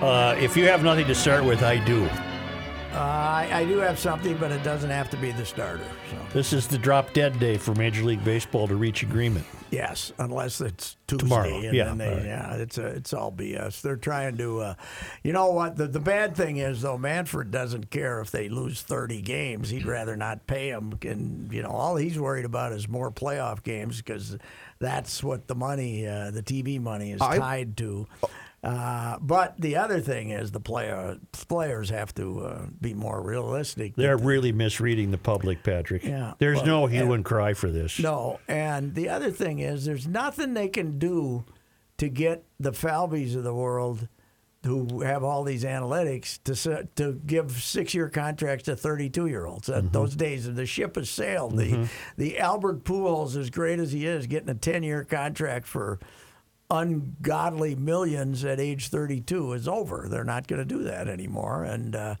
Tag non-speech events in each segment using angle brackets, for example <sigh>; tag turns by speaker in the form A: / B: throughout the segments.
A: Uh, if you have nothing to start with, I do.
B: Uh, I, I do have something, but it doesn't have to be the starter. So
A: This is the drop dead day for Major League Baseball to reach agreement.
B: yes, unless it's Tuesday.
A: Tomorrow,
B: and
A: yeah,
B: then they-
A: all right.
B: yeah, it's a, it's all BS. They're trying to, uh, you know what? The, the bad thing is though, Manfred doesn't care if they lose thirty games. He'd rather not pay them, and you know all he's worried about is more playoff games because that's what the money, uh, the TV money, is tied to.
A: Oh.
B: Uh, but the other thing is the player, players have to uh, be more realistic.
A: They're really misreading the public, Patrick.
B: Yeah,
A: There's
B: well,
A: no hue and cry for this.
B: No, and the other thing is, there's nothing they can do to get the Falbies of the world, who have all these analytics, to se- to give six-year contracts to 32-year-olds. That, Those days, the ship has sailed. The the Albert Pujols, as great as he is, getting a 10-year contract for ungodly millions at age 32 is over. They're not going to do that anymore, and uh,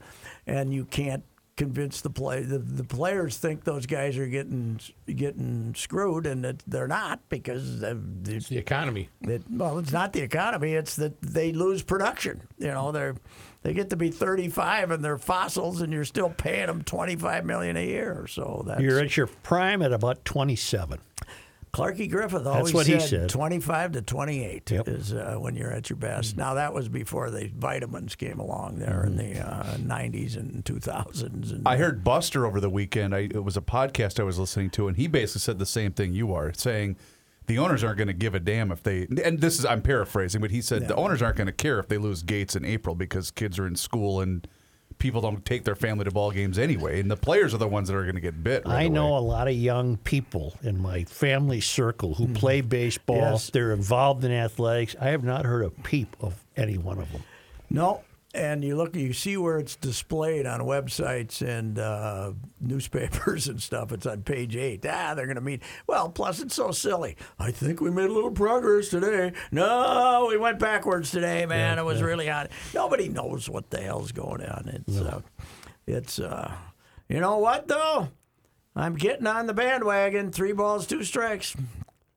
B: and you can't convince the play. The, the players think those guys are getting getting screwed, and that they're not because of the-
C: It's the economy.
B: that well, it's not the economy; it's that they lose production. You know, they're they get to be 35 and they're fossils, and you're still paying them 25 million a year. So that's
A: You're at your prime at about 27.
B: Clarky Griffith always
A: what he
B: said,
A: said.
B: 25 to 28
A: Yep. Mm.
B: is uh, when you're at your best. Now, that was before the vitamins came along there
A: Mm-hmm.
B: in the uh, 90s and 2000s. And
D: I heard Buster over the weekend. I, it was a podcast I was listening to, and he basically said the same thing you are saying. The owners aren't going to give a damn if they. And this is I'm paraphrasing, but he said the owners aren't going to care if they lose Gates in April because kids are in school and people don't take their family to ball games anyway, and the players are the ones that are going to get bit. right
A: I know
D: away.
A: a lot of young people in my family circle who play baseball.
B: Mm-hmm. Yes.
A: They're involved in athletics. I have not heard a peep of any one of them.
B: No. And you look, you see where it's displayed on websites and uh, newspapers <laughs> and stuff. It's on page eight. Ah, they're going to meet. Well, plus it's so silly. I think we made a little progress today. No, we went backwards today, man. it was really hot. Nobody knows what the hell's going on. It's, uh, it's, uh, you know what though? I'm getting on the bandwagon. Three balls, two strikes.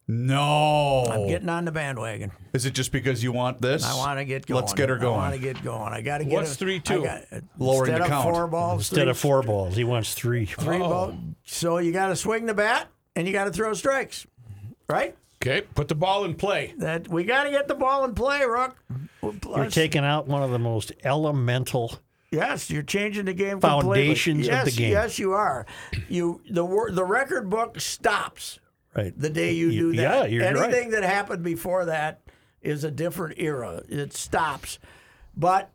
D: No,
B: I'm getting on the bandwagon.
D: is it just because you want this?
B: I want to get going.
D: Let's get her
B: I want to
D: going.
B: get going. I got to get.
C: What's
B: a-
C: three,
B: I
C: two?
B: got-
D: Lowering
B: instead
D: the
B: of
D: count.
B: four balls.
A: Instead of
B: three-
A: Oh. four balls, he wants three.
B: three balls. So you got to swing the bat and you got to throw strikes, right?
C: Okay, put the ball in play.
B: That we got to get the ball in play, Rook.
A: You're taking out one of the most elemental.
B: Yes, you're changing the game.
A: Foundations of
B: completely. yes,
A: the game.
B: Yes, you are. You the wor- the record book stops
A: Right.
B: the day you
A: Y-
B: do that.
A: yeah, you're right.
B: Anything that happened before that is a different era. It stops. But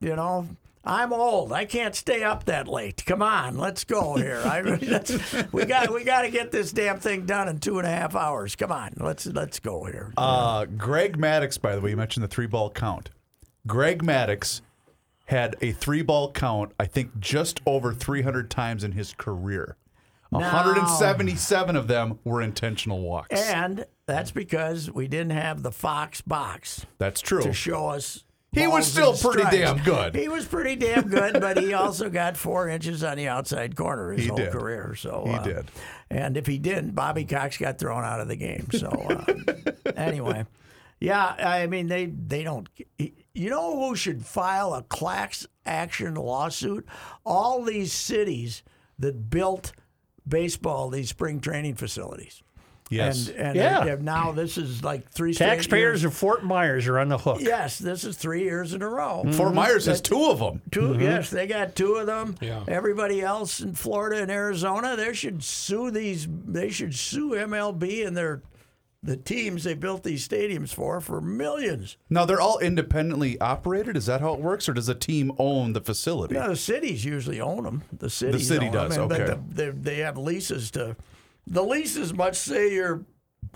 B: you know, I'm old. I can't stay up that late. Come on, let's go here. I, <laughs> that's, we got we got to get this damn thing done in two and a half hours. Come on, let's let's go here.
D: Uh, Greg Maddox, by the way, you mentioned the three ball count. Greg Maddox had a three ball count, I think, just over 300 times in his career. 177 of them were intentional walks.
B: and that's because we didn't have the Fox box.
D: That's true.
B: to show us.
D: He was
B: balls
D: still
B: and
D: pretty
B: strikes.
D: damn good.
B: He was pretty damn good, but he also got four inches on the outside corner his
D: He
B: whole
D: did.
B: career. So
D: He did. <laughs>
B: And if he didn't, Bobby Cox got thrown out of the game. So uh, anyway, Yeah, I mean they they don't. You know who should file a class action lawsuit? All these cities that built baseball these spring training facilities.
D: Yes.
B: and, and
A: Yeah.
B: they have now this is like three straight
A: Taxpayers
B: years-
A: of Fort Myers are on the hook.
B: Yes, this is three years in a row.
D: Fort Myers has two of them.
B: 2 Yes, they got two of them.
C: Yeah.
B: Everybody else in Florida and Arizona, they should sue these. They should sue MLB and their the teams they built these stadiums for for millions.
D: Now they're all independently operated. Is that how it works, or does a team own the facility?
B: No, the cities usually own them. The city.
D: city does, okay.
B: But the, they, they have leases to. The leases must say you're.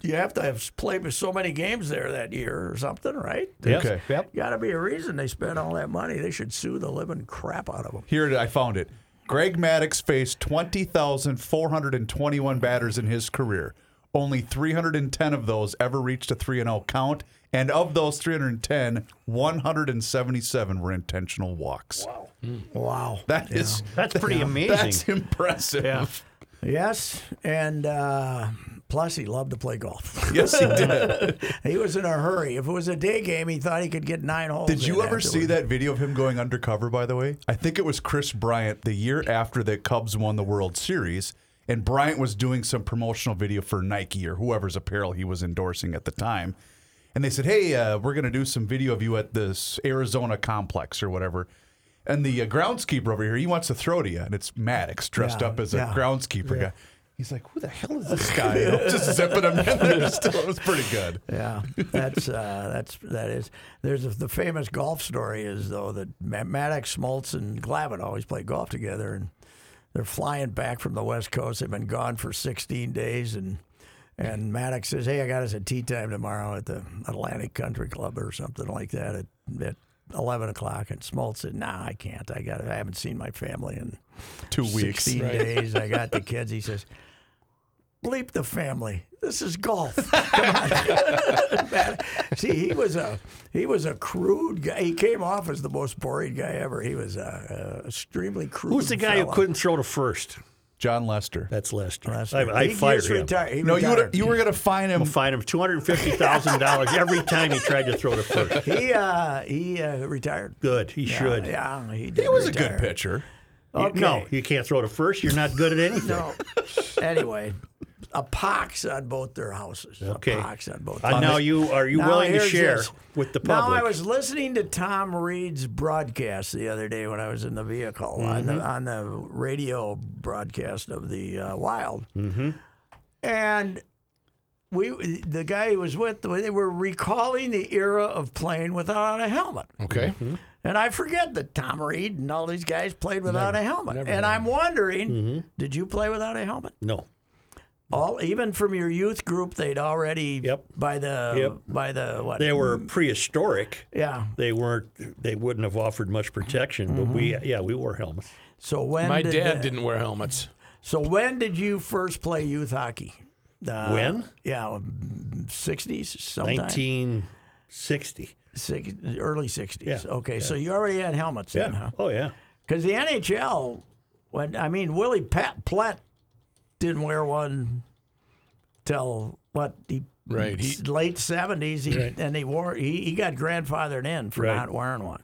B: You have to have played with so many games there that year or something, right?
A: Yes.
D: Okay.
A: Yep.
B: Got to be a reason they spent all that money. They should sue the living crap out of them.
D: Here it- I found it. Greg Maddox faced twenty thousand four hundred and twenty-one batters in his career. Only three hundred and ten of those ever reached a three and zero count, and of those 310, 177 were intentional walks. Wow,
B: Wow.
D: that is
A: That's pretty amazing.
D: that's impressive.
B: Yes, and uh, plus he loved to play golf. <laughs>
D: Yes, he did.
B: he was in a hurry. If it was a day game, he thought he could get nine holes.
D: Did you
B: in
D: ever see
B: afterwards.
D: that video of him going undercover, by the way? I think it was Chris Bryant the year after the Cubs won the World Series. And Bryant was doing some promotional video for Nike or whoever's apparel he was endorsing at the time. And they said, Hey, uh, we're going to do some video of you at this Arizona complex or whatever. And the uh, groundskeeper over here, he wants to throw to you. And it's Maddox dressed
B: Yeah,
D: up as
B: yeah.
D: a groundskeeper guy. He's like, Who the hell
B: <laughs>
D: is this guy? You know, just zipping him in there still. <laughs> It was pretty good.
B: Yeah, that's uh, that's that is. There's a, the famous golf story is though that Ma- Maddox, Smoltz, and Glavin always play golf together, and they're flying back from the West Coast. They've been gone for 16 days, and and Maddox says, "Hey, I got us a tea time tomorrow at the Atlantic Country Club or something like that at, at 11 o'clock." And Smoltz said, "Nah, I can't. I got I haven't seen my family in
D: Two weeks.
B: 16 days. I got the kids." He says. Bleep the family. This is golf. <laughs> See, he was a he was a crude guy. He came off as the most boring guy ever. He was a, a extremely crude.
A: Who's the guy
B: fella.
A: who couldn't throw to first?
D: John Lester.
A: That's Lester.
B: Last
A: I,
B: year.
A: I
B: He
A: fired
B: just
A: him.
B: retired. He
D: No, you,
B: retired.
D: would, you were going to find him.
A: Fine him two hundred fifty thousand
B: <laughs>
A: dollars every time he tried to throw to first.
B: He uh, he uh, retired.
A: Good, he should.
B: Yeah, he did.
D: He was a
B: retire.
D: good pitcher.
A: You-
B: Okay.
A: No, you can't throw to first. You're not good at anything.
B: No. anyway, a pox on both their houses.
A: Okay.
B: A pox on both.
A: Uh, now you are you
B: Now
A: willing to
B: here's
A: share
B: this.
A: with the
B: Now
A: public?
B: I was listening to Tom Reed's broadcast the other day when I was in the vehicle on,
A: Mm-hmm.
B: the, on the radio broadcast of the uh, Wild, mm-hmm. and we the guy he was with they were recalling the era of playing without a helmet.
C: Okay.
B: And I forget that Tom Reed and all these guys played without a helmet. And I'm wondering,
A: Mm-hmm.
B: did you play without a helmet?
A: no.
B: All even from your youth group, they'd already
A: Yep.
B: by the
A: Yep.
B: by the what?
A: They were prehistoric.
B: yeah.
A: They weren't. They wouldn't have offered much protection. But we,
B: Mm-hmm.
A: yeah, we wore helmets.
B: So when
C: My
B: did
C: dad
B: the-
C: didn't wear helmets.
B: So when did you first play youth hockey? Uh,
A: When?
B: Yeah, um, sixties, sometime
A: Nineteen sixty.
B: Six, early sixties.
A: Yeah,
B: Okay, so you already had helmets then, huh?
A: Oh yeah.
B: Because the NHL, when I mean Willie Pat Platt didn't wear one till what he
C: Right, he-
B: s- late seventies, he, and he wore he, he got grandfathered in for
A: Right.
B: not wearing one.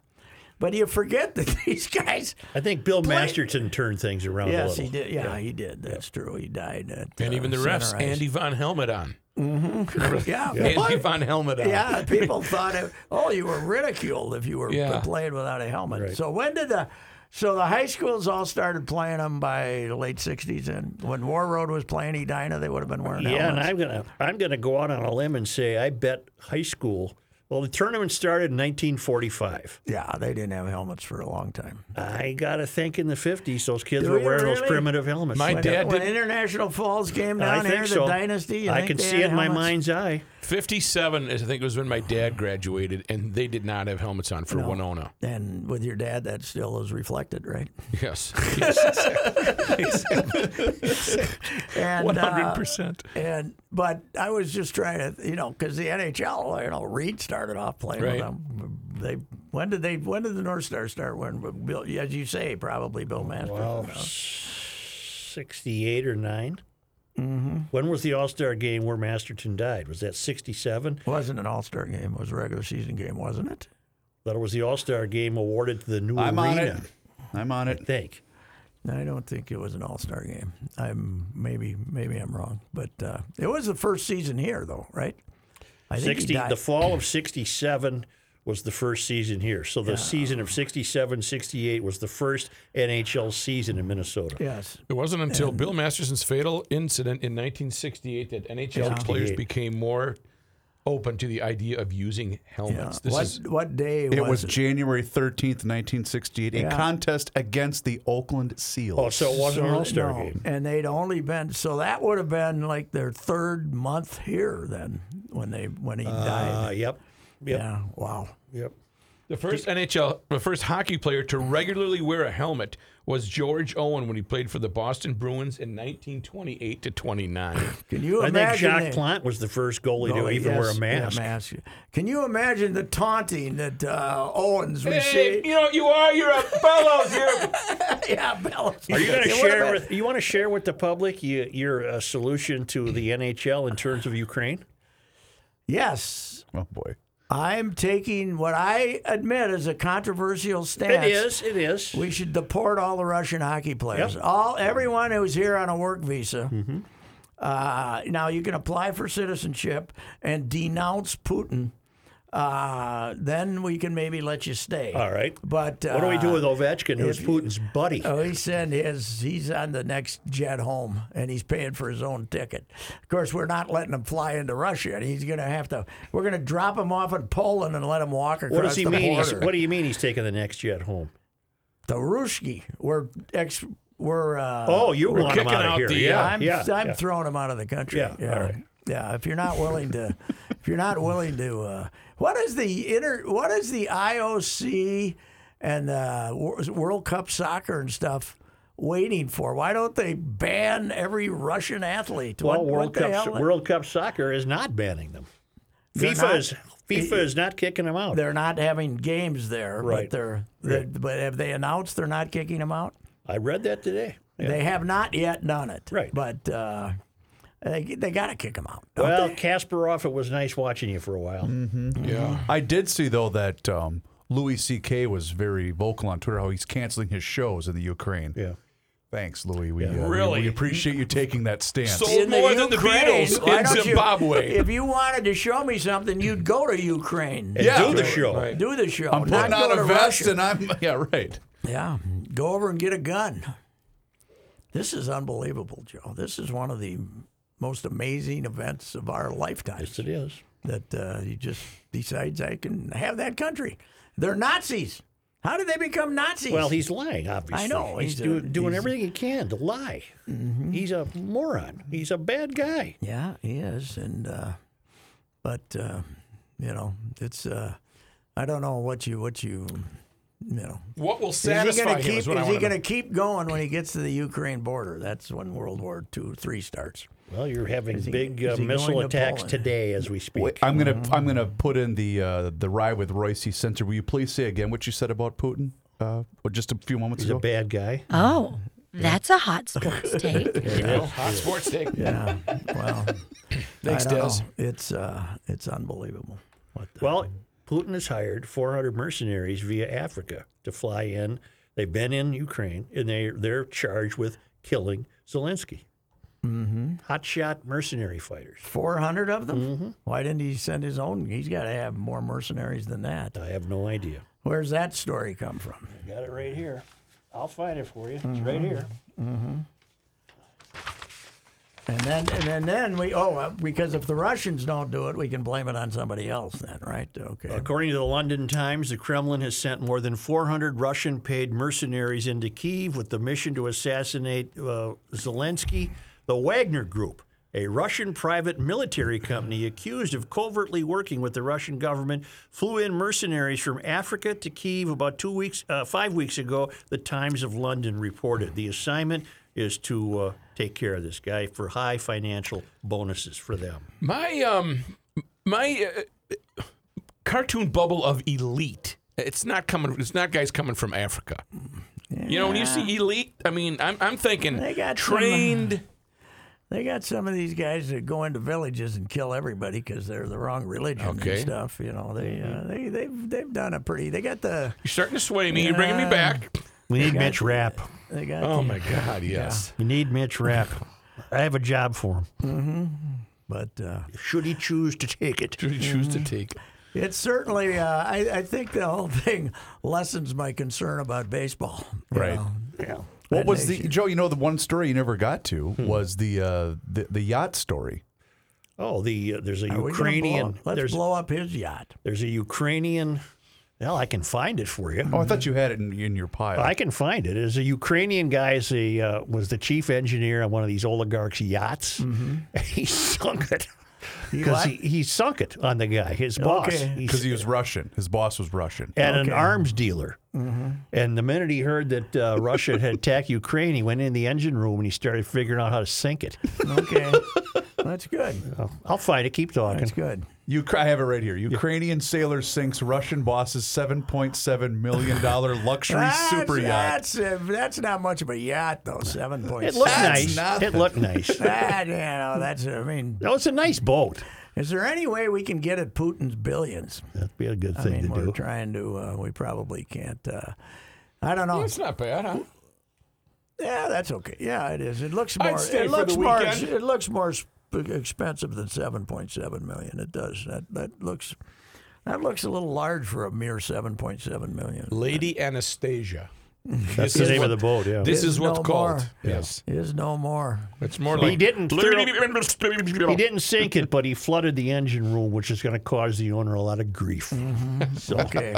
B: But you forget that <laughs> these guys.
A: I think Bill Masterton turned things around a
B: Yes,
A: little.
B: he did. Yeah, he did. That's true. He died. At,
C: And
B: uh,
C: even the refs,
B: Center Ice.
C: Andy Von Helmet on.
B: <laughs> Yeah.
C: Andy Von Helmet
B: <laughs>
C: on.
B: Yeah, people thought, it, oh, you were ridiculed if you were
C: Yeah.
B: playing without a helmet. So when did the so the high schools all started playing them by the late '60s, and when War Road was playing Edina, they would have been wearing
A: Yeah, and
B: helmets.
A: I'm gonna I'm gonna go out on a limb and say I bet high school. Well, the tournament started in 1945.
B: yeah, they didn't have helmets for a long time.
A: I gotta think in the 50s those kids
B: Do
A: were
B: you
A: wearing those
B: really?
A: primitive helmets.
C: My
B: When,
C: dad
B: when
C: did
B: International Falls came
A: I
B: down
A: think
B: here,
A: so.
B: the dynasty, you
A: I
B: think
A: can
B: they
A: see it
B: had
A: in my
B: helmets?
A: mind's eye.
C: 57 is I think it was when my dad graduated and they did not have helmets on for oh Winona.
B: And with your dad, that still is reflected, right?
C: Yes. Yes.
B: And uh,
C: 100%.
B: And but I was just trying to, you know, because the NHL, you know, Reed started off playing with
C: Right.
B: them. They when did they when did the North Star start? When Bill, as you say, probably Bill Master.
A: Well, 68 or 9.
B: Mm-hmm.
A: When was the All Star game where Masterton died? Was that 67?
B: It wasn't an All Star game. It was a regular season game, wasn't it?
A: That was the All Star game awarded to the new
D: I'm on
A: arena.
D: it. I'm on
A: I
D: it.
A: think.
B: I don't think it was an All Star game. I'm maybe maybe I'm wrong, but uh, it was the first season here, though, right? I think he
A: 60,
B: died-
A: the fall of 67 was the first season here. So the season of 67, 68 was the first NHL season in Minnesota.
B: Yes,
C: <laughs> It wasn't until Bill Masterson's fatal incident in 1968 that NHL players
A: 68.
C: became more open to the idea of using
B: yeah.
C: helmets.
B: What
C: This is
B: what day
D: It
B: was
D: was January 13th, 1968, a
B: Yeah.
D: contest against the Oakland Seals.
A: Oh, so it wasn't an
B: So,
A: All Star
B: no,
A: game.
B: And they'd only been so that would have been like their third month here then when they when he
A: Uh,
B: died.
A: yep. Yep.
B: Yeah. Wow.
A: Yep.
C: the first NHL, the first hockey player to regularly wear a helmet was George Owen when he played for the Boston Bruins in 1928 to 29.
B: Can you
A: I think
B: imagine?
A: Jacques
B: the-
A: Plant was the first goalie to
B: Oh,
A: even wear a
B: yes,
A: mask.
B: Yeah, mask. Can you imagine the taunting that uh, Owens received? <laughs>
C: hey,
A: <laughs>
C: you know what you are. You're a fellow. You're
B: yeah, Bellis.
A: Are you going to share with you want to share with the public you, your uh, solution to the NHL in terms of Ukraine?
B: Yes.
D: Oh, boy.
B: I'm taking what I admit is a controversial
A: It
B: stance.
A: is. It is.
B: We should deport all the Russian hockey players.
A: Yep. Mm-hmm.
B: All everyone who's here on a work visa. Uh, now you can apply for citizenship and denounce Putin. Uh, then we can maybe let you stay.
A: All right.
B: But uh,
A: What do we do with Ovechkin, who's Putin's buddy?
B: Oh, he sent his. He's on the next jet home, and he's paying for his own ticket. Of course, we're not letting him fly into Russia. and He's going to have to. We're going to drop him off in Poland and let him walk across
A: What does he
B: the
A: mean? He's,
B: border.
A: what do you mean he's taking the next jet home?
B: the Ruski. We're ex. We're. Uh,
A: Oh, you want him
C: kicking
A: out of
C: out
A: here?
C: the,
A: yeah,
C: uh,
B: I'm,
A: yeah,
B: I'm
A: yeah.
B: throwing him out of the country.
A: Yeah, all right.
B: Yeah, if you're not willing to, if you're not willing to, uh, what is the inter, what is the IOC and the Wor- World Cup soccer and stuff waiting for? Why don't they ban every Russian athlete?
A: Well,
B: What-
A: World
B: what the
A: Cup
B: hell-
A: World Cup soccer is not banning them.
B: They're
A: FIFA
B: not-
A: is FIFA is not kicking them out.
B: They're not having games there,
A: Right.
B: but they're, they're but have they announced they're not kicking them out?
A: I read that today. Yeah.
B: They have not yet done it,
A: Right.
B: But uh, they, they got to kick them out. don't
A: Well,
B: they?
A: Kasparov, it was nice watching you for a while.
C: yeah.
D: I did see though that um, Louis C.K. was very vocal on Twitter how he's canceling his shows in the Ukraine.
A: Yeah.
D: Thanks, Louis. We uh, we-
C: Really?
D: we appreciate you taking that stance.
C: So- more than the Beatles
B: why
C: in
B: don't you-
C: Zimbabwe.
B: if you wanted to show me something, you'd go to Ukraine.
A: And
D: Yeah.
A: do the
D: Right,
A: show.
C: right.
B: Do the show.
D: I'm
B: not
D: putting
B: go
D: on a
B: to
D: vest
B: Russia.
D: and I'm <laughs> yeah right.
B: yeah, go over and get a gun. This is unbelievable, Joe. This is one of the most amazing events of our lifetime.
A: Yes, it is.
B: That uh, he just decides I can have that country. They're Nazis. How did they become Nazis?
A: Well, he's lying, obviously.
B: I know,
A: He's,
B: he's a-
A: do- doing
B: he's-
A: everything he can to lie. He's a moron. He's a bad guy.
B: Yeah, he is, and uh, but uh, you know, it's uh, I don't know what you what you you know.
C: What will
B: is he
C: satisfy
B: gonna
C: him
B: keep?
C: is what I
B: is
C: want
B: he
C: to
B: going to keep going when he gets to the Ukraine border? That's when World War II, three starts.
A: Well, you're having
B: he-
A: big
B: is
A: uh,
B: he
A: missile
B: going to
A: attacks
B: Poland?
A: today as we speak.
D: Wait, I'm gonna I'm gonna put in the uh, the rye with Royce Center. Will you please say again what you said about Putin? Uh, well, just a few moments
A: he's a
D: ago.
A: bad guy.
E: Oh, that's a hot sports take.
C: know. Hot sports take.
B: Yeah. well,
C: <laughs> Thanks,
B: I don't
C: Dez.
B: know. It's uh, it's unbelievable. What the,
A: Well, Putin has hired 400 mercenaries via Africa to fly in. They've been in Ukraine, and they they're charged with killing Zelensky. Mm-hmm. Hotshot mercenary fighters.
B: four hundred of them?
C: Mm-hmm.
B: Why didn't he send his own? He's got to have more mercenaries than that.
A: I have no idea.
B: Where's that story come from?
A: Got it right here. I'll find it for you. It's right here.
B: And then, and then, then we oh, uh, because if the Russians don't do it, we can blame it on somebody else. Then, right? Okay.
A: According to the London Times, the Kremlin has sent more than 400 Russian paid mercenaries into Kiev with the mission to assassinate uh, Zelensky. The Wagner Group, a Russian private military company accused of covertly working with the Russian government, flew in mercenaries from Africa to Kiev about two weeks, uh, five weeks ago. The Times of London reported the assignment is to uh, take care of this guy for high financial bonuses for them.
C: My um, my uh, cartoon bubble of elite. It's not coming. It's not guys coming from Africa. You know, when you see elite, I mean, I'm I'm thinking
B: They got some, uh,
C: trained
B: They got some of these guys that go into villages and kill everybody because they're the wrong religion
C: Okay.
B: and stuff. You know, they uh, they they've they've done a pretty. They got the
C: You're starting to sway me. You're bringing me back.
A: We need Mitch Rapp.
B: they got.
C: Oh
B: the-
C: my God! Yes.
A: We need Mitch Rapp. I have a job for him.
B: But uh,
A: Should he choose to take it?
C: Should we choose to take?
B: It certainly, uh, I, I think the whole thing lessens my concern about baseball. you
D: Right.
B: know.
D: What
B: That
D: was the
B: nation.
D: Joe? You know the one story you never got to
A: Hmm.
D: was the uh, the, the yacht story.
A: Oh, the uh, there's a
B: Are we gonna blow
A: Ukrainian.
B: up? Let's
A: there's
B: blow up his yacht.
A: there's a Ukrainian. Well, I can find it for you.
D: Oh, I thought you had it in, in your pile.
A: Mm-hmm. I can find it. There's a Ukrainian guy is a, uh, was the chief engineer on one of these oligarchs' yachts. And <laughs> he sunk it because
B: what?
A: he, he sunk it on the guy, his boss.
B: Okay.
A: He
D: because he was Russian. His boss was Russian.
A: and an arms dealer.
B: Mm-hmm.
A: And the minute he heard that
B: <laughs>
A: uh, Russia had attacked Ukraine, he went in the engine room and he started figuring out how to sink
B: <laughs>
A: it. Oh,
B: Okay. That's good.
A: I'll find it. Keep talking.
B: That's good.
D: You, I have it right here. Ukrainian sailor sinks Russian boss's seven point seven million dollar
A: <laughs>
D: luxury
B: That's,
D: super yacht.
B: That's, uh, that's not much of a yacht, though. Seven point
A: It
B: six.
A: looked
D: That's
A: nice.
D: nothing.
A: It looked
B: <laughs>
A: nice.
B: That, you know, that's. I mean,
A: No, it's a nice boat.
B: is there any way we can get at Putin's billions?
A: That'd be a good
B: I
A: thing
B: mean,
A: to
B: we're
A: do.
B: trying to. Uh, we probably can't. Uh, I don't know.
C: That's Oh, not bad, huh?
B: Yeah, that's okay. Yeah, it is. It looks
C: I'd
B: more.
C: stay
B: It
C: for
B: looks
C: the
B: more.
C: weekend.
B: It looks more sp- expensive than seven point seven million. It does. That that looks. That looks a little large for a mere seven point seven million.
C: Lady Anastasia.
A: That's
C: This
A: the
C: is
A: name of
C: what-
A: the boat. Yeah.
C: This is
B: Is
C: what's
B: no
C: called.
B: more.
C: Yes.
B: Is
A: <laughs>
B: no more.
C: It's more
A: He
C: like.
A: didn't he didn't sink it, but he flooded the engine room, which is going to cause the owner a lot of grief.
B: Mm-hmm.
A: So,
B: Okay.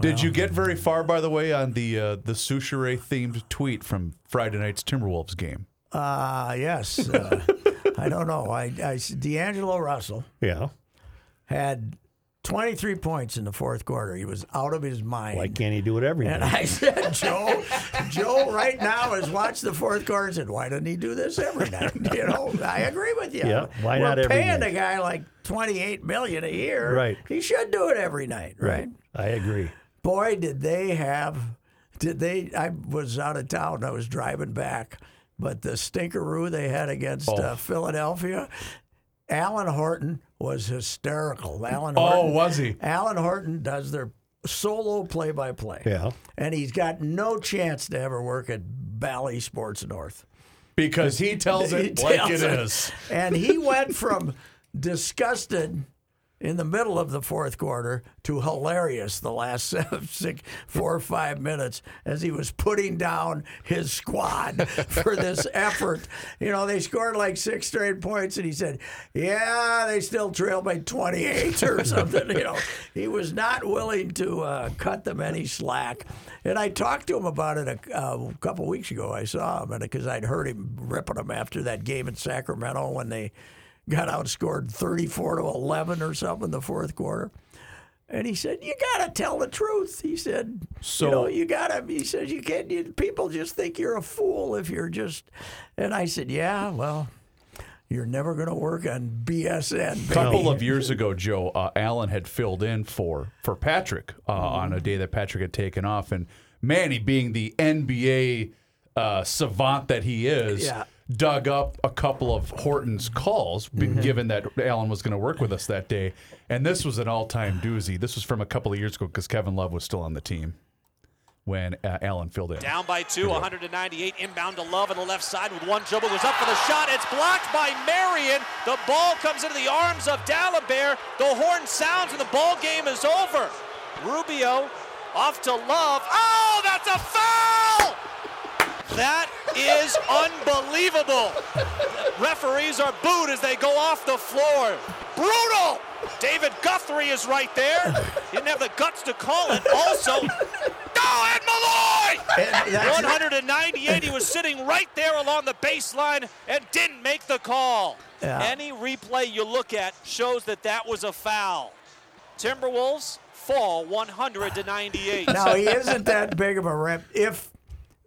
D: Did you get very far, by the way, on the uh, the Souchere themed tweet from Friday night's Timberwolves game?
B: uh, yes. Uh, I don't know. I, I D'Angelo Russell
A: yeah,
B: had twenty three points in the fourth quarter. He was out of his mind.
A: why can't he do it every
B: And
A: night?
B: I said, Joe, Joe right now has watched the fourth quarter and said, why doesn't he do this every night? <laughs> You know, I agree with you.
A: Yeah, why
B: We're
A: not every
B: paying
A: night?
B: a guy like 28 million a year.
A: Right.
B: He should do it every night, right?
A: I agree.
B: Boy, did they have, did they, I was out of town. I was driving back, but the stinkeroo they had against
D: Oh.
B: uh, Philadelphia, Alan Horton was hysterical. Alan
D: Oh,
B: Horton.
D: was he?
B: Alan Horton does their solo play by play.
A: Yeah.
B: And he's got no chance to ever work at Bally Sports North.
D: Because he
B: <laughs>
D: tells
B: He
D: it like
B: tells
D: it
B: it.
D: is.
B: <laughs> And he went from disgusted in the middle of the fourth quarter to hilarious the last <laughs> seven, six, four or five minutes as he was putting down his squad <laughs> for this effort. You know, they scored like six straight points, and he said, Yeah, they still trail by 28 or something. you know, he was not willing to uh, cut them any slack. And I talked to him about it a, a couple weeks ago. I saw him because I'd heard him ripping him after that game in Sacramento when they got outscored 34 to 11 or something in the fourth quarter. And he said, "You gotta tell the truth." He said, "So
D: So-
B: you, know, you gotta." He says, "You can't. You, people just think you're a fool if you're just." And I said, "Yeah, well, you're never gonna work on BSN."
D: A couple of years ago, Joe uh, Allen had filled in for for Patrick uh,
B: Mm-hmm.
D: on a day that Patrick had taken off, and Manny, being the NBA uh, savant that he is,
B: Yeah.
D: dug up a couple of Horton's calls, b-
B: Mm-hmm.
D: given that Allen was going to work with us that day. And this was an all time doozy. This was from a couple of years ago because Kevin Love was still on the team when uh, Allen filled in.
F: Down by two, 198 inbound to Love on the left side with one dribble goes up for the shot. It's blocked by Marion. The ball comes into the arms of Dalibare. The horn sounds and the ball game is over. Rubio off to Love. Oh, that's a foul! That is unbelievable. Referees are booed as they go off the floor. Brutal! David Guthrie is right there. Didn't have the guts to call it. Also, go Ed Malloy!
B: And that's-
F: 198. He was sitting right there along the baseline and didn't make the call. Any replay you look at shows that that was a foul. Timberwolves fall 100 to 98.
B: now he isn't that big of a rep. If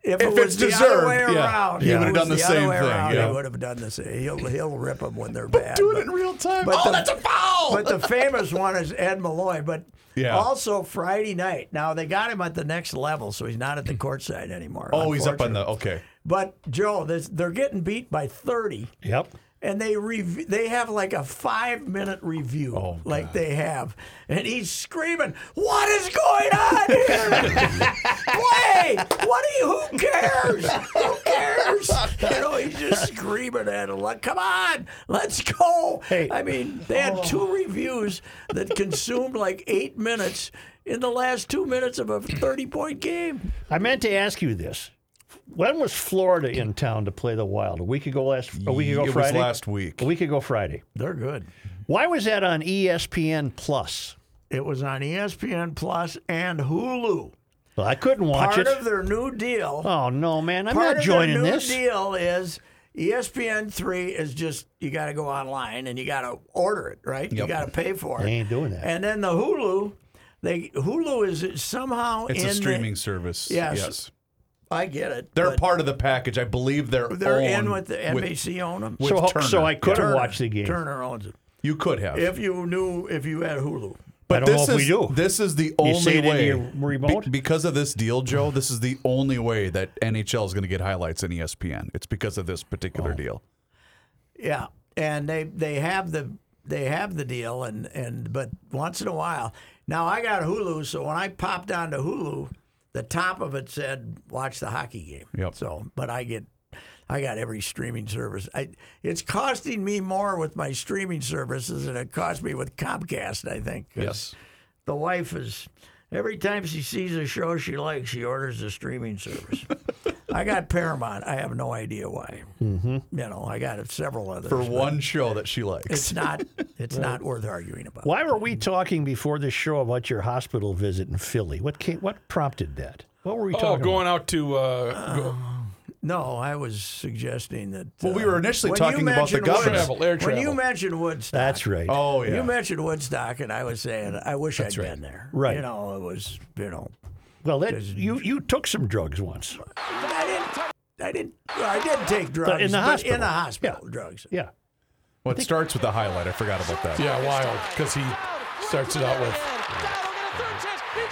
B: if, it
D: If
B: was
D: it's
B: the other
D: deserved,
B: way
D: yeah.
B: around,
D: He
B: if it was
D: would've done the
B: other
D: same
B: way
D: thing,
B: around,
D: yeah.
B: He would have done the same. He'll he'll rip them when they're bad.
D: Do it
B: but-
D: in real time.
B: but
D: oh,
B: the-
D: that's a foul!
B: but the famous one is Ed Malloy. But
D: Yeah.
B: also Friday night. Now they got him at the next level, so he's not at the court side anymore.
D: oh, he's up on
B: unfortunately.
D: the okay.
B: But Joe, this, they're getting beat by 30.
A: Yep.
B: and they rev- they have like a five minute review,
D: Oh,
B: like they have, and he's screaming, "What is going on here?
D: <laughs>
B: Play! What do you? Who cares? Who cares? You know, he's just screaming at him like, "Come on, let's go!"
A: Hey.
B: I mean, they had two reviews that consumed like eight minutes in the last two minutes of a thirty point game.
A: I meant to ask you this. When was Florida in town to play the Wild? A week ago last a week ago
D: It was
A: Friday?
D: last week.
A: A week ago Friday.
B: They're good.
A: Why was that on E ESPN Plus?
B: It was on E ESPN Plus and Hulu.
A: Well, I couldn't watch
B: Part
A: it.
B: of their new deal.
A: oh no, man. I'm
B: part
A: not
B: of
A: joining
B: the new
A: this.
B: deal is E ESPN three is just you got to go online and you got to order it, right? You got to pay for it.
A: They ain't doing that.
B: And then the Hulu, they Hulu is somehow
D: It's
B: in
D: a
B: the-
D: streaming service.
B: Yes.
D: Yes.
B: I get it.
D: They're
B: but
D: part of the package. I believe they're
B: They're
D: owned
B: in with the NBC own 'em.
D: with
A: So,
D: Turner.
A: so I couldn't
D: Yeah.
A: watch the game.
B: Turner owns it.
D: You could have.
B: If you knew, if you had Hulu,
D: But
A: I don't know
D: this
A: if we
D: is-
A: do.
D: This is the
A: You
D: only
A: see it into
D: way.
A: your remote?
D: because of this deal, Joe, this is the only way that NHL is going to get highlights in E ESPN. It's because of this particular
A: Oh.
D: deal.
B: yeah. And they they have the they have the deal, and and but once in a while. Now I got Hulu, so when I popped onto Hulu, the top of it said watch the hockey game.
D: Yep.
B: So, but I get, I got every streaming service. I, it's costing me more with my streaming services than it cost me with Comcast. I think. 'cause
D: Yes.
B: The wife is, every time she sees a show she likes, she orders a streaming service. I got Paramount. I have no idea why. Mm-hmm. You know, I got several others.
D: For one show that she likes.
B: it's not, it's not worth arguing about.
A: Why were we talking before the show about your hospital visit in Philly? What came, what prompted that? What were we
C: Oh,
A: talking about?
C: going out to uh, go-
B: No, I was suggesting that. uh,
D: Well, we were initially
B: when
D: talking
B: you
D: about the
B: mentioned
D: governor.
B: Woods-
C: Travel, air
B: When you
C: travel.
B: mentioned Woodstock,
A: That's right.
D: Oh, yeah.
B: You mentioned Woodstock, and I was saying I wish i had
C: right.
B: been there.
A: Right.
B: You know, it was you know
A: well, that, you you took some drugs once.
B: I didn't I didn't well, I did take drugs
A: in the
B: but
A: hospital.
B: in the hospital drugs.
A: Yeah.
D: Well, it starts with the highlight. I forgot about that.
C: yeah, wild because oh, he starts it out with
F: Dowdle with a third chance. He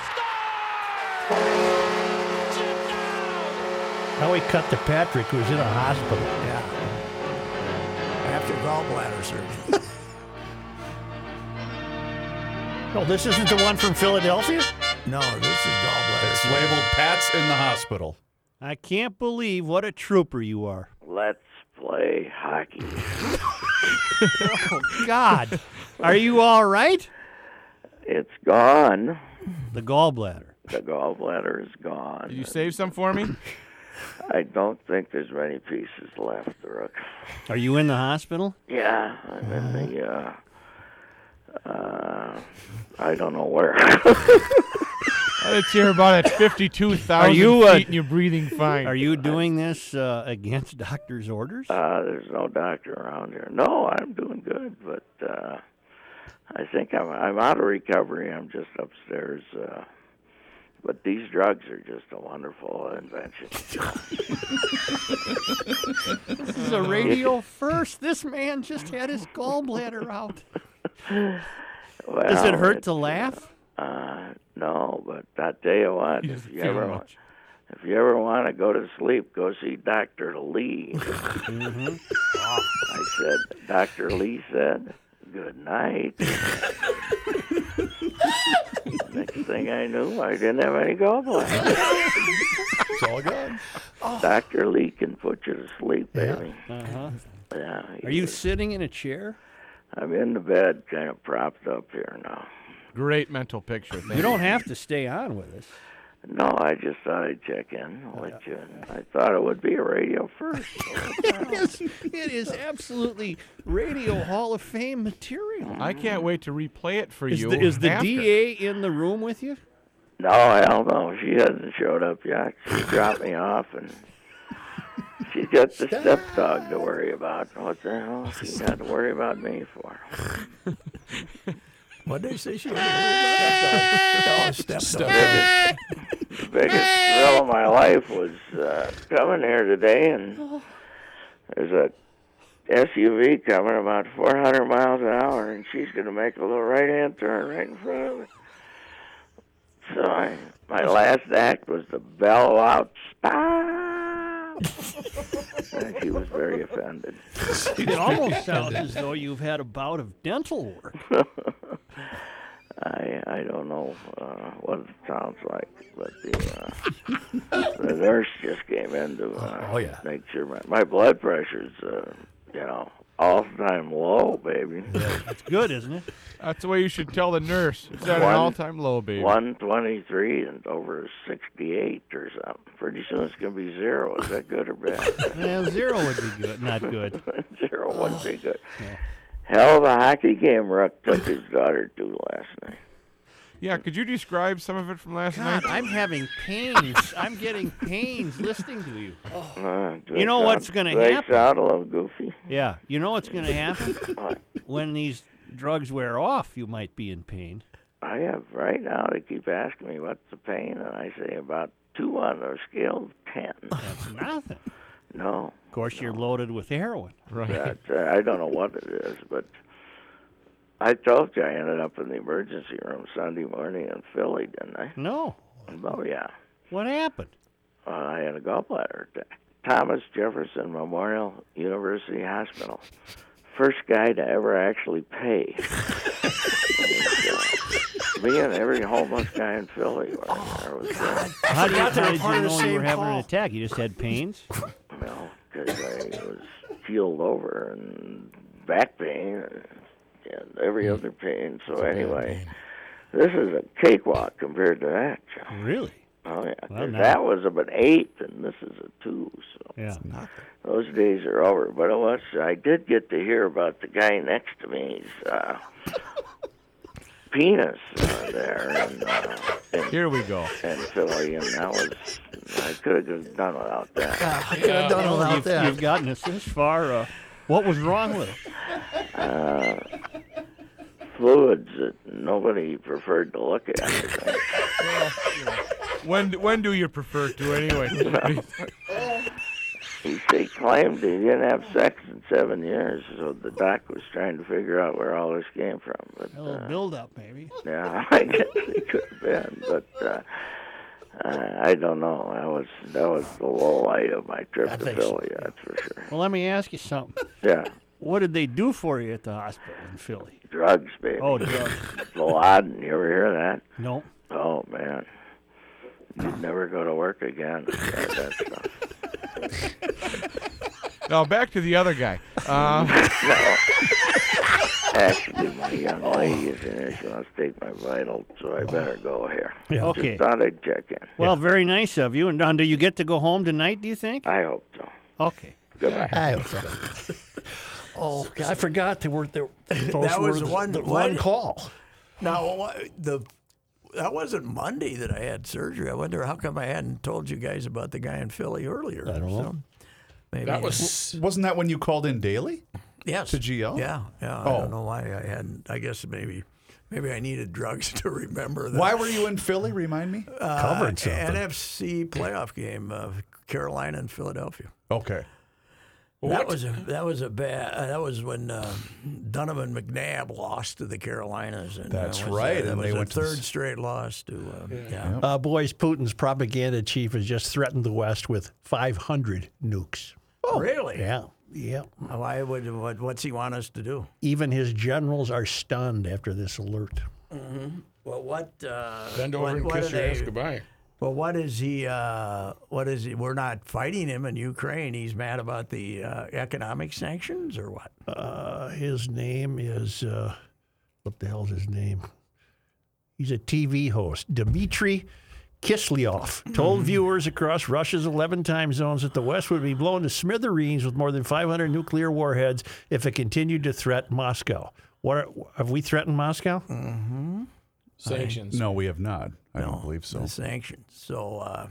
F: scores! Jim Dowdle!
A: How he cut to Patrick, who was in a hospital.
B: Yeah. After gallbladder surgery.
A: No, this isn't the one from Philadelphia.
B: no, this is gallbladder.
D: It's labeled Pat's in the hospital.
G: I can't believe what a trooper you are.
H: Let's play
G: <laughs>
H: hockey.
G: Oh, God, are you all right?
H: It's gone.
G: The gallbladder.
H: The gallbladder is gone.
I: Did you save some for me?
H: I don't think there's many pieces left, Rook.
G: Are you in the hospital?
H: Yeah, I'm in the. Uh, uh, I don't know where.
I: Let's hear about it. 52,000
G: you,
I: feet
G: uh,
I: and you're breathing fine.
G: Are you doing this uh, against doctor's orders?
H: uh, there's no doctor around here. No, I'm doing good, but uh, I think I'm I'm out of recovery. I'm just upstairs. Uh, but these drugs are just a wonderful invention.
G: This is a
H: <laughs>
G: radio first. This man just had his gallbladder out. Does
H: Well,
G: it hurt to laugh?
H: Uh, no, but I tell you what,
I: He
H: if
I: doesn't
H: you
I: feel
H: ever wa-
I: much.
H: if you ever want to go to sleep, go see Doctor Lee. I said, Doctor Lee said, "Good night." Next thing I knew, I didn't have any gallbladder.
D: It's all good.
H: <laughs> Doctor Lee can put you to sleep, baby.
G: Uh-huh.
H: Yeah, he
G: Are you
H: was-
G: sitting in a chair?
H: I'm in the bed, kind of propped up here now.
I: Great mental picture. Thank
G: You don't have to stay on with
I: <laughs>
G: us.
H: No, I just thought I'd check in with you. I thought it would be a radio first.
G: It is, it is absolutely radio Hall of Fame material.
I: I can't wait to replay it for
G: Is
I: you.
G: the, is the
I: after.
G: DA in the room with you?
H: No, hell no. She hasn't showed up yet. She dropped me off, and she's got the step dog to worry about. What the hell? She's got to worry about me for?
B: What did they say <laughs> she was? no, step
H: The biggest thrill of my life was uh, coming here today, and there's a SUV coming about 400 miles an hour, and she's going to make a little right-hand turn right in front of me. So I, my last act was to bellow out, "Stop!" <laughs> And she was very offended.
G: It almost sounds as though you've had a bout of dental work.
H: I I don't know uh, what it sounds like, but the, uh, <laughs> the nurse just came in to uh,
D: Oh, yeah.
H: make sure my, my blood pressure's uh, you know all time low, baby.
G: It's good, isn't it?
I: That's the way you should tell the nurse. It's at an
H: One-
I: all-time low, baby.
H: One twenty three and over sixty eight or something. Pretty soon it's gonna be zero. Is that good
G: <laughs>
H: or bad?
G: Yeah, zero would be good, not good.
H: <laughs>
G: Oh,
H: zero would be good. Hell of a hockey game Ruck took his daughter to last night.
I: Yeah, could you describe some of it from last night?
G: God, I'm having pains. I'm getting pains listening to you.
H: Uh, do
G: You
H: I
G: know
H: sound-
G: what's gonna
H: do I
G: happen?
H: sound a little goofy.
G: Yeah, you know what's going to
H: <laughs>
G: happen when these drugs wear off. You might be in pain.
H: I have right now. They keep asking me what's the pain, and I say about two on a scale of ten.
G: <laughs> That's nothing.
H: No,
G: Of course, you're loaded with
A: <laughs>
G: heroin.
H: that, uh, I don't know what it is, but I told you I ended up in the emergency room Sunday morning in Philly, didn't I?
G: No,
H: Oh yeah,
G: what happened?
H: uh, I had a gallbladder attack. Thomas Jefferson Memorial University Hospital, first guy to ever actually pay. And, uh, me and every homeless guy in Philly were there. Was, uh,
G: How did,
A: Forgot they were
G: how did
A: part
G: you
A: of
G: know you
A: the
G: were
A: same
G: having an
A: call.
G: attack? You just had pains.
H: Well, 'cause I was keeled over and back pain and, and every other pain. So anyway, this is a cakewalk compared to that. Joe.
G: Really?
H: Oh yeah, 'cause
G: Well, now-
H: that was about eight, and this is a two. So
G: Yeah.
H: those days are over. But it was. I did get to hear about the guy next to me's uh, penis uh, there in, uh, in,
I: Here we go.
H: in Philly, and that was. I could have just done without that.
B: I could have done without
G: You've,
B: that.
G: you've gotten us this far. Uh, what was wrong with it?
H: fluids that nobody preferred to look at. I
I: <laughs>
H: think.
I: When when do you prefer to
H: <laughs>
I: anyway?
H: he, he claimed he didn't have sex in seven years, so the doc was trying to figure out where all this came from. But
G: A
H: uh,
G: little build-up, maybe.
H: yeah, <laughs> I guess it could have been, but uh, I I don't know. That was that was the low light of my trip to Philly, that's for sure.
G: Well, let me ask you something.
H: Yeah,
G: What did they do for you at the hospital in Philly?
H: drugs, baby.
G: Oh,
H: <laughs>
G: drugs.
H: Laden, you ever hear that?
G: No.
H: Oh man, you'd never go to work again. Yeah, that stuff.
I: now back to the other guy. Um,
H: No. Actually, my young lady is in here. She wants to take my vitals, so I better go here.
G: Okay.
H: Just thought I'd check in.
G: Well, very nice of you. And Don, do you get to go home tonight, do you think?
H: I hope so.
G: Okay.
H: Goodbye.
B: I hope so.
A: <laughs> Oh, God, I forgot they were there.
B: That was one-
A: the
B: one-
A: one call.
B: Now what- the that wasn't Monday that I had surgery. I wonder how come I hadn't told you guys about the guy in Philly earlier. I don't know. Maybe.
C: That was
D: Wasn't that when you called in daily?
B: yes.
D: to Oh. GL?
B: Yeah, yeah. I don't know why I hadn't. I guess maybe maybe I needed drugs <laughs> to remember that.
D: Why were you in Philly? Remind me.
B: Uh,
A: Covered something.
B: NFC playoff game of Carolina and Philadelphia.
D: okay.
B: That was a that was a bad. Uh, that was when uh, Donovan McNabb lost to the Carolinas. And
D: That's
B: that was,
D: right,
B: Uh, that
D: and
B: was a
D: they went to
B: third
D: s-
B: straight loss to. Uh, yeah.
J: Uh, boys, Putin's propaganda chief has just threatened the West with 500 nukes.
B: Oh, really?
J: Yeah, yeah.
B: Why would what, what's he want us to do?
J: Even his generals are stunned after this alert.
B: Well, what? Uh,
C: bend
B: what-
C: over and
B: what
C: kiss
B: are
C: your ass
B: they-
C: goodbye.
B: Well, what is he? Uh, what is he? We're not fighting him in Ukraine. He's mad about the uh, economic sanctions or what?
J: Uh, his name is uh, what the hell's his name? He's a TV host, Dmitry Kislyov, told viewers across Russia's 11 time zones that the West would be blown to smithereens with more than 500 nuclear warheads if it continued to threaten Moscow. What are, have we threatened Moscow?
C: Sanctions.
D: No, we have not. I don't believe so.
B: The sanctions. So, uh,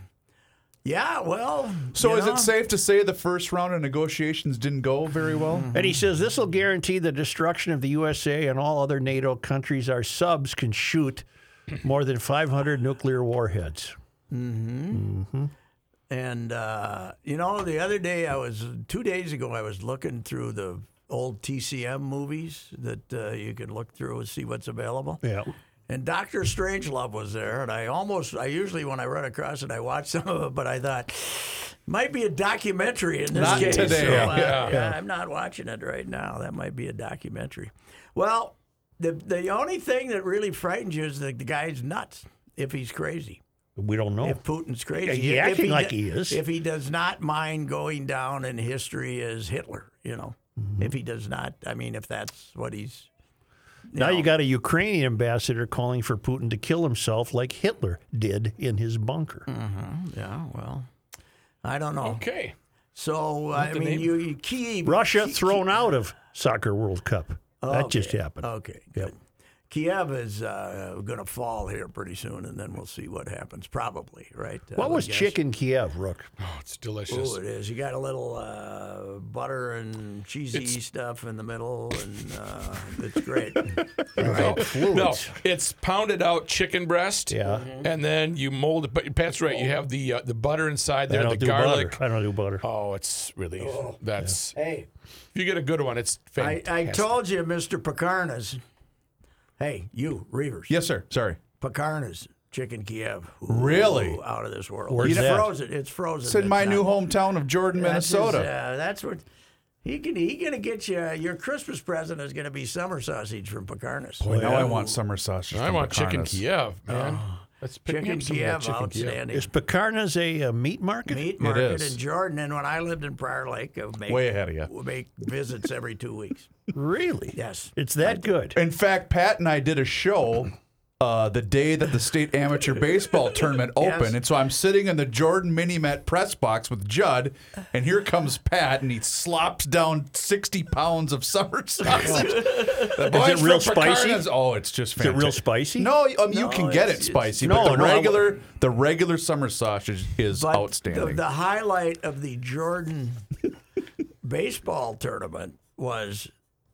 B: yeah. Well.
D: So
B: you
D: is
B: know,
D: it safe to say the first round of negotiations didn't go very well?
A: Mm-hmm.
D: Eh,
J: And he says this will guarantee the destruction of the USA and all other NATO countries. Our subs can shoot more than 500 nuclear warheads.
B: And uh, you know, the other day I was two days ago. I was looking through the old TCM movies that uh, you can look through and see what's available.
J: Yeah.
B: And Doctor <laughs> Strangelove was there, and I almost, I usually when I run across it, I watch some of it, but I thought, Might be a documentary in this
J: Not
B: case.
J: today.
B: so I-
J: Yeah.
B: I- I'm not watching it right now. That might be a documentary. Well, the the only thing that really frightens you is that the guy's nuts if he's crazy.
J: We don't know.
B: If Putin's crazy,
J: Oh. He
B: If
J: acting like
B: do-
J: he is.
B: If he does not mind going down in history as Hitler, you know,
J: Mm-hmm.
B: if he does not, I mean, if that's what he's
J: Now you got a Ukrainian ambassador calling for Putin to kill himself like Hitler did in his bunker.
B: Yeah, well, I don't know.
C: Okay.
B: So I
J: the
B: mean,
J: name?
B: you, you Kiev,
J: Russia thrown out of Soccer World Cup. That just
B: Okay.
J: happened.
B: Okay, good. Kiev is uh, going to fall here pretty soon, and then we'll see what happens. Probably, right? Uh, I
J: What
B: would
J: was
B: guess.
J: chicken Kiev, Rook?
C: Oh, it's delicious.
B: Oh, it is. You got a little uh, butter and cheesy stuff in the middle, and uh, it's
J: <laughs>
B: great.
C: No, no, it's pounded out chicken breast. Mm-hmm.
J: Yeah.
C: and then you mold it. But Pat's right. You have the uh, the butter inside there,
J: I don't do
C: the garlic.
J: butter. I don't do butter.
C: Oh, it's really that's.
B: Hey,
C: If you get a good one, it's
B: I,
C: fantastic.
B: I told you, Mister Picarnas. Hey, you Reavers,
D: Yes, sir. Sorry.
B: Picarnas, chicken Kiev. Ooh,
D: Really?
B: out of this world.
D: Where's
B: it's
D: that?
B: frozen. It's frozen.
D: It's in my
B: not-
D: new hometown of Jordan,
B: That's his,
D: Minnesota.
B: uh, that's what he can. He gonna get you. uh, Your Christmas present is gonna be summer sausage from Picarnas.
D: Boy, now I want summer sausage.
C: I
D: from
C: want chicken
D: Pecani's.
C: Kiev, man. Let's pick me
B: Oh. Chicken
C: up some of
B: Kiev,
C: that chicken Kiev.
B: outstanding.
J: Is Picarna's a, uh meat market?
B: Meat market
D: is.
B: in Jordan, and when I lived in Prior Lake, I make,
D: Way ahead of you.
B: would make visits every two weeks.
J: Really?
B: Yes.
J: It's that good.
D: In fact, Pat and I did a show uh, the day that the state amateur baseball tournament opened, and so I'm sitting in the Jordan Minimet press box with Judd, and here comes Pat, and he slops down 60 pounds of summer <laughs> sausage. The boys
J: real
D: from
J: spicy?
D: Picarna's- Oh, it's just
J: Is it
D: fantastic.
J: real spicy?
D: No, um, you can get
B: it's-
D: it spicy,
J: it's-
D: but the
J: No, no, I-
D: regular the regular summer sausage is
B: But
D: outstanding.
B: The, the highlight of the Jordan <laughs> baseball tournament was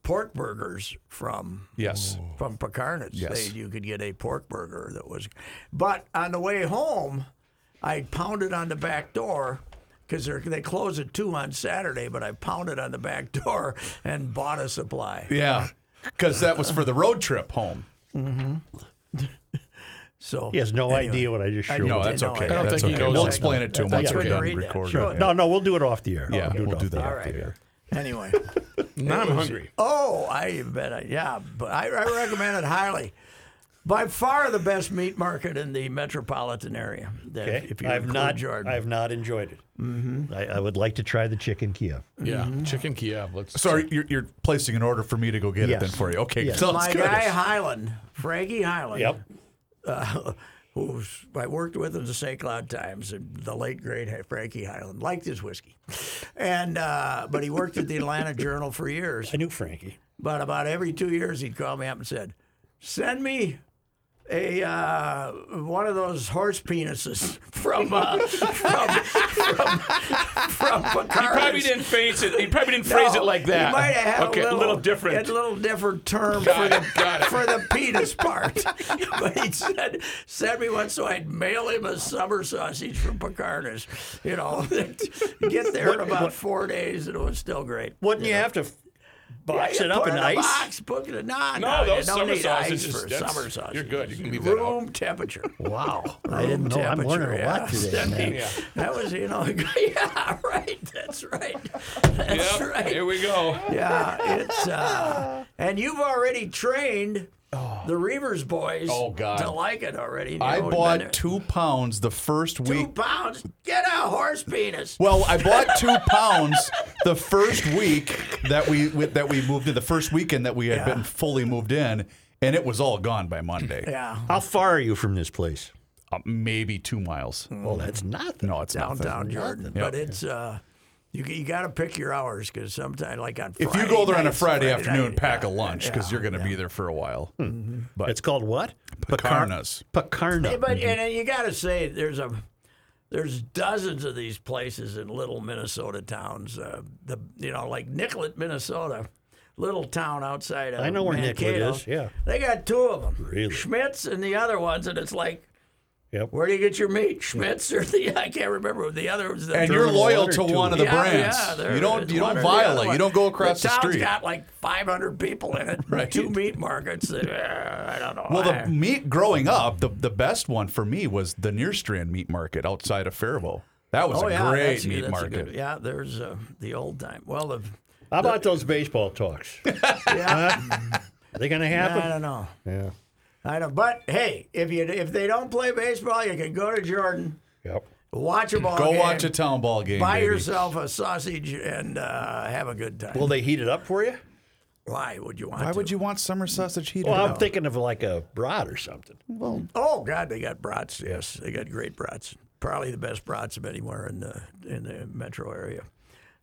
B: pork burgers from
D: yes.
B: from Picarnas.
D: Yes.
B: They, you could get a pork burger that was. But on the way home, I pounded on the back door because they close at 2 on Saturday, but I pounded on the back <laughs> door and bought a supply.
D: Yeah. Because that was for the road trip home.
B: So
J: He has no
B: anyway,
J: idea what I just showed.
D: No,
J: him.
D: that's
B: no, I
D: okay.
B: don't
D: That's
C: think he
D: okay.
C: knows
D: We'll
C: that.
D: explain it to him
B: I
D: once we're
B: couldn't
D: done
B: read that.
D: recording.
B: Sure.
D: Yeah.
J: No, no, we'll do it off the air.
D: Yeah,
J: We'll do
D: we'll
J: it
D: do that
B: All
D: after
B: right.
D: the air.
B: Anyway.
C: Now I'm hungry.
B: Oh, I bet. I, yeah, but I, I recommend it highly. By far the best meat market in the metropolitan area. that-
J: Okay.
B: If you
J: I've
B: include
J: not.
B: Jordan.
J: I've not enjoyed it. I, I would like to try the chicken Kiev.
C: Yeah,
B: Mm-hmm.
C: chicken Kiev. Let's.
D: Sorry, you're, you're placing an order for me to go get
J: Yes.
D: it then for you. Okay,
J: Yes.
D: sounds
B: My
D: good.
B: guy Highland, Frankie Highland.
J: Yep.
B: uh, who I worked with in the St. Cloud Times, and the late great Frankie Highland liked his whiskey, and uh, but he worked at the Atlanta Journal for years.
J: I knew Frankie.
B: But about every two years, he'd call me up and said, "Send me." A uh, one of those horse penises <laughs> from uh, from from from Picard's.
C: He probably didn't phrase it. He probably didn't phrase
B: No,
C: it like that.
B: He might have had
C: okay,
B: a, little,
C: different.
B: A little different term
C: Got
B: for
C: it,
B: the
C: got it.
B: for the penis part. <laughs> but he said, "Send me one so I'd mail him a summer sausage from Picardas." You know, <laughs> get there in about four days, and it was still great.
J: Wouldn't you have to f- box
B: Yeah,
J: it
B: you
J: up
B: put
J: in
B: it
J: ice?
B: box, put it in. No,
C: no,
B: no, you
C: those
B: don't
C: summer
B: need ice
C: sausages.
B: for
C: that's-
B: summer sausage.
C: You're good. You can leave that out.
B: Room temperature.
J: <laughs> Wow.
B: I didn't
J: know. I'm learning a lot
B: temperature, <laughs>
J: today,
B: yeah.
J: man.
C: Yeah.
B: That was, you know, <laughs> yeah, right. That's right. That's
C: Yep,
B: right.
C: Here we go.
B: Yeah, it's uh, and you've already trained
J: Oh.
B: the Reavers boys
D: Oh, God.
B: to like it already. You
D: I
B: know,
D: bought
B: been-
D: two pounds the first
B: two
D: week.
B: pounds. Get a horse penis.
D: Well, I bought
B: <laughs>
D: two pounds the first week that we with- that we moved in, the first weekend that we had
B: Yeah.
D: been fully moved in, and it was all gone by Monday.
B: Yeah,
J: How far are you from this place?
D: Uh, maybe two miles.
J: Well, that's nothing.
D: No, it's nothing.
B: downtown Mm. Jordan, but it's uh, you you got to pick your hours because sometimes like on
D: If
B: Friday
D: you go there on a
B: nights,
D: Friday, afternoon,
B: night,
D: pack
B: yeah. Hmm.
D: a lunch because you're going to be there for a while. But
J: It's called what?
D: Picarnas.
J: Picarna.
B: Yeah, But
D: Mm-hmm.
B: and, uh, you got to say there's a there's dozens of these places in little Minnesota towns. Uh, the you know like Nicollet, Minnesota, little town outside of
J: I know where Nicollet
B: Mankato.
J: is, yeah.
B: they got two of them.
J: Really?
B: Schmitz and the other ones, and it's like.
J: Yep.
B: Where do you get your meat, Schmitz or the? <laughs> I can't remember the other was. The
D: and you're loyal
J: one or
D: to
J: two.
D: one of the
B: yeah,
D: brands.
B: yeah, there
D: you don't
B: is
D: you
B: one
D: don't
B: or the other
D: violate.
B: one.
D: You don't go across the,
B: the
D: street.
B: Town's got like 500 people in it.
D: <laughs> Right.
B: Two meat markets. that, uh, I don't know.
D: Well,
B: I-
D: the meat growing up, the, the best one for me was the near strand meat market outside of Faribault. That was
B: Oh,
D: a
B: yeah,
D: great
B: that's-
D: meat
B: that's a
D: market.
B: good- yeah, there's uh, the old time. Well, the,
J: How about those baseball
B: <laughs>
J: talks? Are they going to happen?
B: I don't know.
J: Yeah.
B: I know, but hey, if you if they don't play baseball, you can go to Jordan,
J: Yep.
B: watch a ball
D: Go
B: game,
D: watch a town ball game.
B: buy
D: baby.
B: yourself a sausage, and uh, have a good time.
J: Will they heat it up for you?
B: Why would you want?
D: Why
B: to?
D: would you want summer sausage heated
J: Well, I'm
D: up?
J: thinking of like a brat or something.
D: Well,
B: Oh God, they got brats. Yes, they got great brats. Probably the best brats of anywhere in the in the metro area.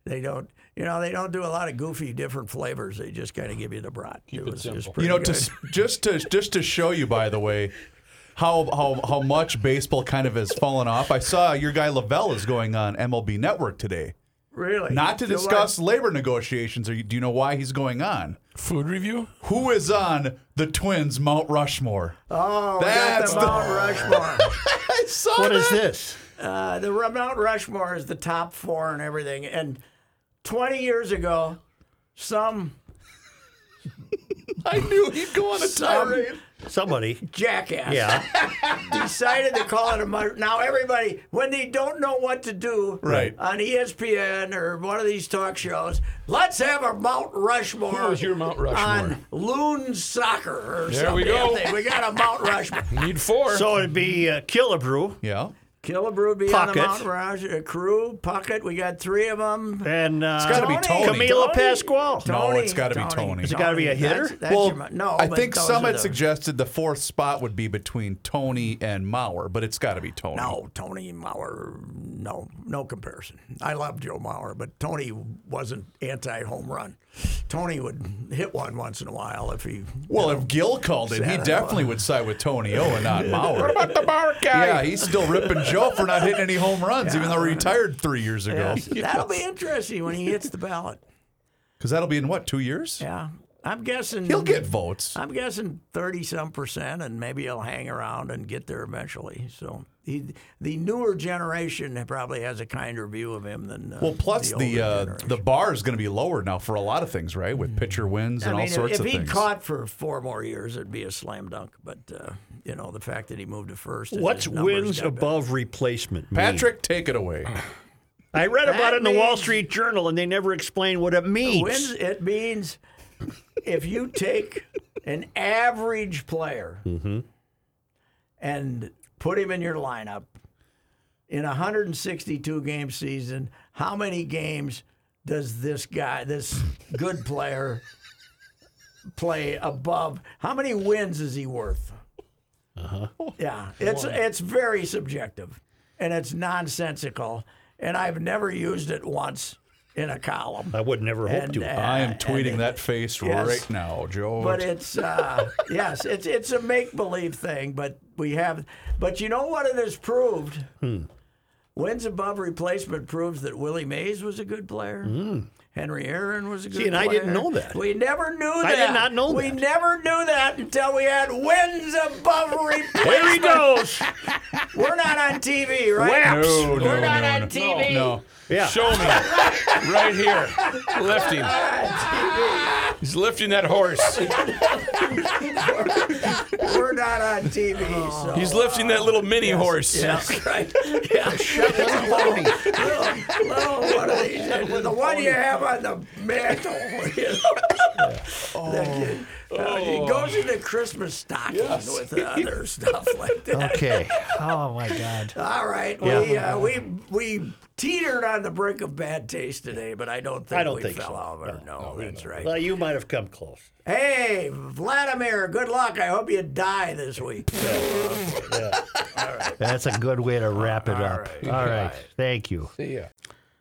B: They don't, you know, they don't do a lot of goofy different flavors. They just kind of give you the brat. Keep it, was just pretty
D: you know,
B: good.
D: to, s- just to just to show you, by the way, how how how much baseball kind of has fallen off. I saw your guy Lavelle is going on MLB Network today,
B: really
D: not to
B: You know what?
D: discuss labor negotiations. Or you, do you know why he's going on?
C: Food review?
D: Who is on the Twins Mount Rushmore?
B: Oh, that's
D: That's the-
B: the Mount Rushmore.
D: I saw
J: What
D: that.
J: is this?
B: Uh, the Ru- Mount Rushmore is the top four and everything. And 20 years ago, some
D: <laughs> I knew he'd go on a
B: Some-
D: tirade.
J: Somebody.
B: jackass
J: Yeah. <laughs>
B: decided to call it a mud. Now everybody, when they don't know what to do
D: Right.
B: on E ESPN or one of these talk shows, let's have a Mount Rushmore.
C: Who is your Mount Rushmore?
B: on Loon Soccer or
C: There
B: some
C: we
B: damn
C: go.
B: thing. We got a Mount Rushmore.
C: Need four.
J: So it'd be uh, Killebrew.
D: Yeah,
B: Killebrew would be on the
J: Puckett.
B: Mount Rushmore. Crew, Puckett, we got three of them.
J: And uh,
D: it's got to be
B: Tony.
D: Tony.
J: Camilo Pasquale.
D: No, it's gotta be Tony. Has
J: it gotta be a hitter?
B: That's, that's
D: well,
B: your mo- no,
D: I
B: but
D: think
B: those
D: Summit
B: are the-
D: suggested the fourth spot would be between Tony and Mauer, but it's got to be Tony.
B: No, Tony Mauer, no, no comparison. I love Joe Mauer, but Tony wasn't anti-home run. Tony would hit one once in a while if he.
D: Well, if Gil called it, he
B: Sad.
D: definitely would side with Tony O
B: <laughs>
D: and not Maurer. What about
C: the bar guy.
D: Yeah, he's still ripping Joe for not hitting any home runs, even though he retired three years ago.
B: Yes,
D: <laughs> Because
B: that'll be interesting when he hits the ballot.
D: that'll be in what two years?
B: Yeah, I'm guessing
D: He'll get votes.
B: I'm guessing thirty some percent, and maybe he'll hang around and get there eventually. So he, the newer generation probably has a kinder view of him than uh,
D: Well, plus the
B: older
D: the, uh,
B: generation.
D: the bar is going to be lower now for a lot of things, right? With pitcher wins and
B: I
D: all
B: mean,
D: sorts
B: if,
D: of
B: if he'd
D: things.
B: caught for four more years, it'd be a slam dunk. But uh, you know, the fact that he moved to first. and
J: What's
B: his numbers
J: wins
B: got better.
J: above replacement? mean?
D: Patrick, take it away.
J: I read about
B: That
J: it in the Wall
B: means-
J: Street Journal, and they never explain what it means.
B: Wins it means if you take an average player and put him in your lineup in a 162 game season, how many games does this guy, this good player, play above? How many wins is he worth? Yeah, it's it's very subjective, and it's nonsensical, and I've never used it once in a column.
J: I would never hope
B: And, <laughs>
J: to.
B: uh,
D: I am
B: and
D: tweeting
B: it-
D: that face
B: yes.
D: right now, Joe.
B: But it's uh, <laughs> yes, it's it's a make believe thing. But we have, but you know what it has proved.
J: Hmm.
B: Wins above replacement proves that Willie Mays was a good player. Henry Aaron was a good
J: Hmm. See, and
B: player.
J: I didn't know that.
B: We never knew that.
J: I did not know
B: We
J: that.
B: never knew that until we had wins above
J: <laughs>
B: replacement.
J: There he goes.
B: We're not on TV, right?
D: no, no,
B: We're not
D: no,
B: on
D: no.
B: TV.
D: No.
J: Yeah.
C: Show me. right here. Lift him. He's lifting that horse.
B: We're not on TV.
J: Oh,
B: So.
C: He's lifting that little mini
B: <laughs>
C: horse.
B: That's right. Yeah. Little- little one of these, uh, the one you have on the mantle. <laughs> You know?
J: Oh.
B: That you- uh, It goes in the Christmas stocking with
J: <laughs>
B: other stuff like that.
J: Okay. Oh my God.
B: All right, we uh, we we teetered on the brink of bad taste today, but I don't think
J: I don't
B: we
J: think
B: fell
J: so.
B: over. No, that's right.
J: Well, you might have come close.
B: Hey, Vladimir, good luck. I hope you die
J: <laughs>
B: this week.
J: That's a good way to wrap it up. All right. Thank you.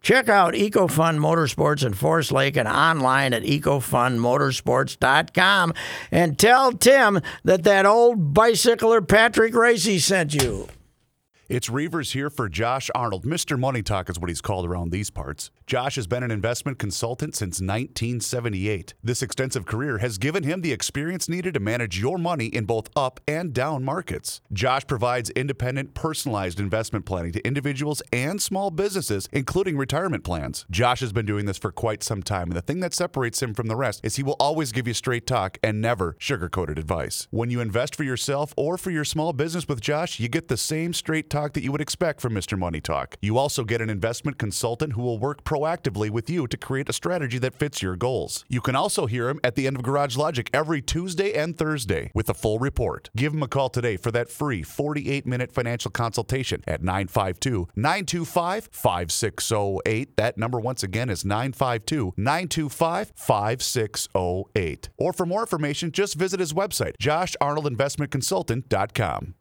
B: Check out EcoFun Motorsports in Forest Lake and online at EcoFunMotorsports.com and tell Tim that that old bicycler Patrick Racy sent you.
D: It's Reavers here for Josh Arnold. Mr. Money Talk is what he's called around these parts. Josh has been an investment consultant since 1978. This extensive career has given him the experience needed to manage your money in both up and down markets. Josh provides independent, personalized investment planning to individuals and small businesses, including retirement plans. Josh has been doing this for quite some time, and the thing that separates him from the rest is he will always give you straight talk and never sugar-coated advice. When you invest for yourself or for your small business with Josh, you get the same straight talk that you would expect from Mr. Money Talk. You also get an investment consultant who will work proactively with you to create a strategy that fits your goals. You can also hear him at the end of Garage Logic every Tuesday and Thursday with a full report. Give him a call today for that free 48 minute financial consultation at 952 925 5608. That number, once again, is 952 925 5608. Or for more information, just visit his website, josharnoldinvestmentconsultant.com.